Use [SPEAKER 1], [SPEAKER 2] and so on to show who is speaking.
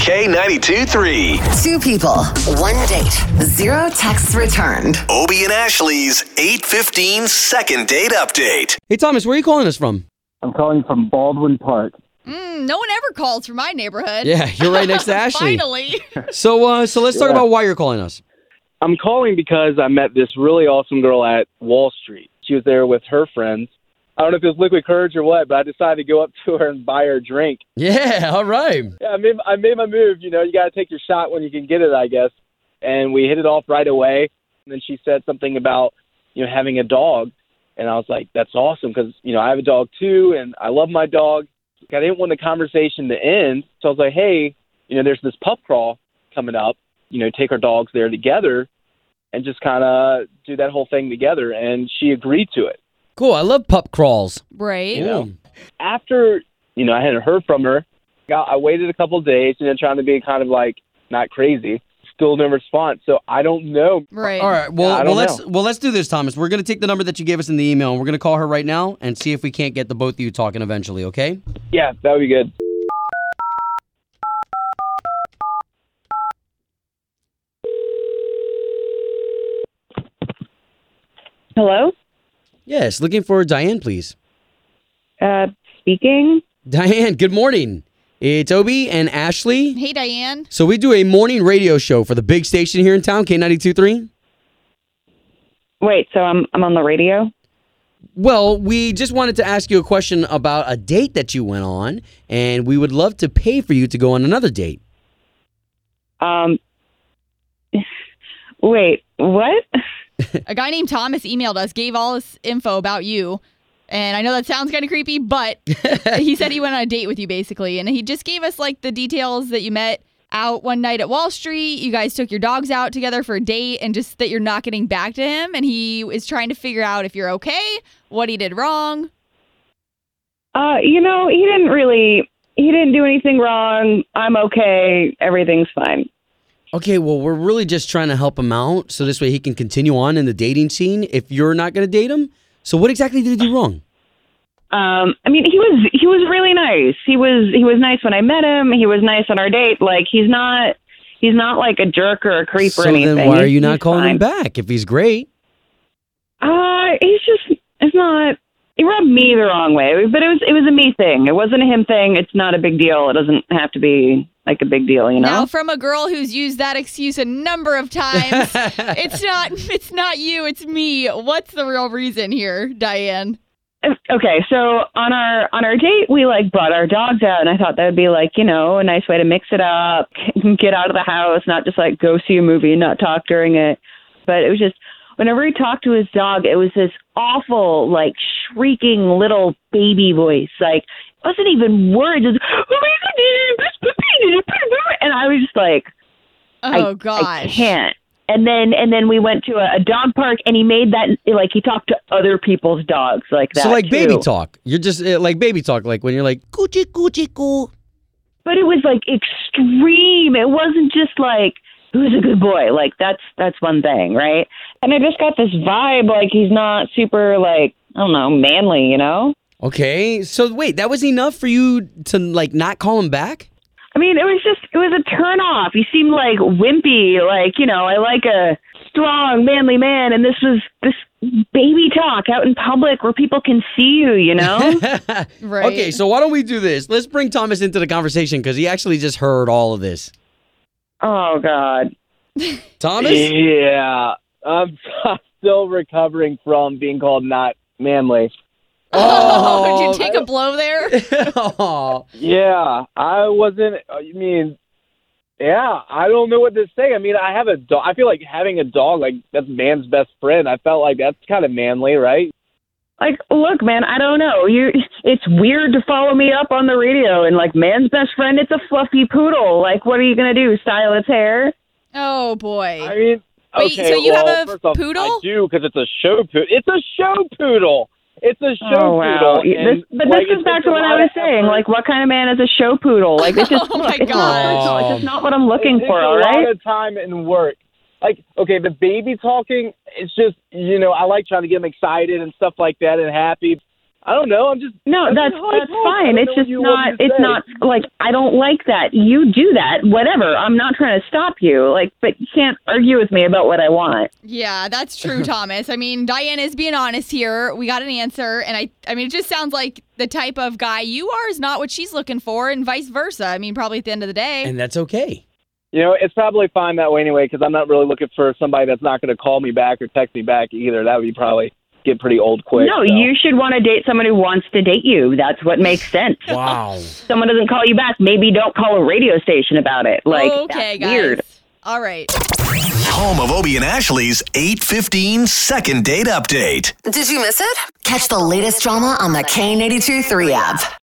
[SPEAKER 1] K92 3.
[SPEAKER 2] Two people, one date, zero texts returned.
[SPEAKER 1] Obie and Ashley's 815 second date update.
[SPEAKER 3] Hey, Thomas, where are you calling us from?
[SPEAKER 4] I'm calling from Baldwin Park.
[SPEAKER 5] Mm, no one ever calls from my neighborhood.
[SPEAKER 3] Yeah, you're right next to Ashley.
[SPEAKER 5] Finally.
[SPEAKER 3] So, uh, so let's talk about why you're calling us.
[SPEAKER 4] I'm calling because I met this really awesome girl at Wall Street. She was there with her friends. I don't know if it was liquid courage or what, but I decided to go up to her and buy her a drink.
[SPEAKER 3] Yeah, all right.
[SPEAKER 4] Yeah, I made, I made my move. You know, you got to take your shot when you can get it, I guess. And we hit it off right away. And then she said something about, you know, having a dog. And I was like, that's awesome because, you know, I have a dog too and I love my dog. I didn't want the conversation to end. So I was like, hey, you know, there's this pup crawl coming up. You know, take our dogs there together and just kind of do that whole thing together. And she agreed to it.
[SPEAKER 3] Cool. I love pup crawls.
[SPEAKER 5] Right.
[SPEAKER 4] Yeah. after you know I hadn't heard from her, I I waited a couple of days and then trying to be kind of like not crazy. Still no response, so I don't know.
[SPEAKER 5] Right.
[SPEAKER 3] All right. Well,
[SPEAKER 4] I
[SPEAKER 3] well,
[SPEAKER 4] don't
[SPEAKER 3] let's
[SPEAKER 4] know.
[SPEAKER 3] well let's do this, Thomas. We're gonna take the number that you gave us in the email, and we're gonna call her right now and see if we can't get the both of you talking eventually. Okay?
[SPEAKER 4] Yeah, that would be good.
[SPEAKER 6] Hello,
[SPEAKER 3] Yes. Looking for Diane, please.
[SPEAKER 6] uh, speaking.
[SPEAKER 3] Diane. Good morning. It's Obi and Ashley.
[SPEAKER 5] Hey, Diane.
[SPEAKER 3] So we do a morning radio show for the big station here in town, K 923
[SPEAKER 6] Wait, so I'm I'm on the radio.
[SPEAKER 3] Well, we just wanted to ask you a question about a date that you went on, and we would love to pay for you to go on another date.
[SPEAKER 6] Um, wait, what?
[SPEAKER 5] A guy named Thomas emailed us, gave all his info about you. And I know that sounds kind of creepy, but he said he went on a date with you basically. And he just gave us like the details that you met out one night at Wall Street. You guys took your dogs out together for a date and just that you're not getting back to him. And he is trying to figure out if you're okay, what he did wrong.
[SPEAKER 6] Uh, you know, he didn't really, he didn't do anything wrong. I'm okay. Everything's fine.
[SPEAKER 3] Okay, well, we're really just trying to help him out so this way he can continue on in the dating scene if you're not going to date him. So, what exactly did he do wrong?
[SPEAKER 6] Um, I mean, he was he was really nice. He was he was nice when I met him. He was nice on our date. Like he's not he's not like a jerk or a creep
[SPEAKER 3] so,
[SPEAKER 6] or anything.
[SPEAKER 3] then why are you
[SPEAKER 6] He's-
[SPEAKER 3] not
[SPEAKER 6] he's
[SPEAKER 3] calling him
[SPEAKER 6] fine.
[SPEAKER 3] back if he's great?
[SPEAKER 6] Uh, he's just it's not. He rubbed me the wrong way, but it was it was a me thing. It wasn't a him thing. It's not a big deal. It doesn't have to be like a big deal, you know.
[SPEAKER 5] Now, from a girl who's used that excuse a number of times, it's not it's not you, it's me. What's the real reason here, Diane?
[SPEAKER 6] okay, so on our on our date, we like brought our dogs out, and I thought that would be like you know a nice way to mix it up, get out of the house, not just like go see a movie and not talk during it. But it was just whenever he talked to his dog, it was this awful like shrieking little baby voice, like it wasn't even words. It was, and I was just like,
[SPEAKER 5] Oh
[SPEAKER 6] I,
[SPEAKER 5] gosh.
[SPEAKER 6] I can't. And then and then we went to a, a dog park, and he made that like he talked to other people's dogs like that.
[SPEAKER 3] so, like baby
[SPEAKER 6] too.
[SPEAKER 3] talk. You're just uh, like baby talk, like when you're like, coochie, coochie, coo.
[SPEAKER 6] But it was like extreme. It wasn't just like who's a good boy. Like that's that's one thing, right? And I just got this vibe like he's not super like I don't know manly, you know.
[SPEAKER 3] Okay, so wait, that was enough for you to like not call him back?
[SPEAKER 6] I mean, it was just it was a turn off. He seemed like wimpy, like you know, I like a strong, manly man, and this was this baby talk out in public where people can see you, you know.
[SPEAKER 5] Right.
[SPEAKER 3] Okay, so why don't we do this? Let's bring Thomas into the conversation because he actually just heard all of this.
[SPEAKER 6] oh God.
[SPEAKER 3] Thomas?
[SPEAKER 4] Yeah, I'm still recovering from being called not manly.
[SPEAKER 5] Oh, did you take a blow there?
[SPEAKER 3] Aw.
[SPEAKER 4] Yeah, I wasn't. I mean, yeah, I don't know what to say. I mean, I have a dog. I feel like having a dog, like that's man's best friend. I felt like that's kind of manly, right?
[SPEAKER 6] Like, look, man, I don't know. You, it's weird to follow me up on the radio and like, man's best friend. It's a fluffy poodle. Like, what are you gonna do? Style its hair?
[SPEAKER 5] Oh boy.
[SPEAKER 4] I mean,
[SPEAKER 5] Wait,
[SPEAKER 4] okay,
[SPEAKER 5] so you have
[SPEAKER 4] well,
[SPEAKER 5] a
[SPEAKER 4] first off,
[SPEAKER 5] poodle?
[SPEAKER 4] I do because it's a show poodle. It's a show poodle. It's a show
[SPEAKER 6] oh wow.
[SPEAKER 4] poodle.
[SPEAKER 6] This,
[SPEAKER 4] and,
[SPEAKER 6] but
[SPEAKER 4] like, it
[SPEAKER 6] this
[SPEAKER 4] takes
[SPEAKER 6] is back
[SPEAKER 4] a
[SPEAKER 6] to what
[SPEAKER 4] lot
[SPEAKER 6] I
[SPEAKER 4] of
[SPEAKER 6] was saying.
[SPEAKER 4] effort.
[SPEAKER 6] Like, what kind of man is a show poodle? Like, it's just,
[SPEAKER 5] Oh, my
[SPEAKER 6] it's not
[SPEAKER 5] God.
[SPEAKER 6] personal. It's just not what I'm
[SPEAKER 4] it
[SPEAKER 6] looking
[SPEAKER 4] takes
[SPEAKER 6] for.
[SPEAKER 4] a
[SPEAKER 6] All
[SPEAKER 4] lot
[SPEAKER 6] right.
[SPEAKER 4] of time and work. Like, okay, the baby talking, it's just, you know, I like trying to get them excited and stuff like that and happy. I don't know. I'm just
[SPEAKER 6] No, that's
[SPEAKER 4] how I
[SPEAKER 6] that's
[SPEAKER 4] talk. I
[SPEAKER 6] fine.
[SPEAKER 4] don't
[SPEAKER 6] It's
[SPEAKER 4] know
[SPEAKER 6] just
[SPEAKER 4] you- what
[SPEAKER 6] not.
[SPEAKER 4] you
[SPEAKER 6] It's
[SPEAKER 4] say.
[SPEAKER 6] not like I don't like that. You do that, whatever. I'm not trying to stop you. Like, but you can't argue with me about what I want.
[SPEAKER 5] Yeah, that's true, Thomas. I mean, Diane is being honest here. We got an answer, and I, I mean, it just sounds like the type of guy you are is not what she's looking for, and vice versa. I mean, probably at the end of the day.
[SPEAKER 3] and that's okay.
[SPEAKER 4] You know, it's probably fine that way anyway because I'm not really looking for somebody that's not going to call me back or text me back either. That would be probably get pretty old quick.
[SPEAKER 6] no,
[SPEAKER 4] so.
[SPEAKER 6] you should want to date someone who wants to date you. That's what makes sense.
[SPEAKER 3] Wow.
[SPEAKER 6] Someone doesn't call you back. Maybe don't call a radio station about it. Like,
[SPEAKER 5] okay,
[SPEAKER 6] that's
[SPEAKER 5] guys.
[SPEAKER 6] weird.
[SPEAKER 5] All right.
[SPEAKER 1] Home of Obie and Ashley's 815 second date update.
[SPEAKER 2] Did you miss it? Catch the latest drama on the K82 3 app.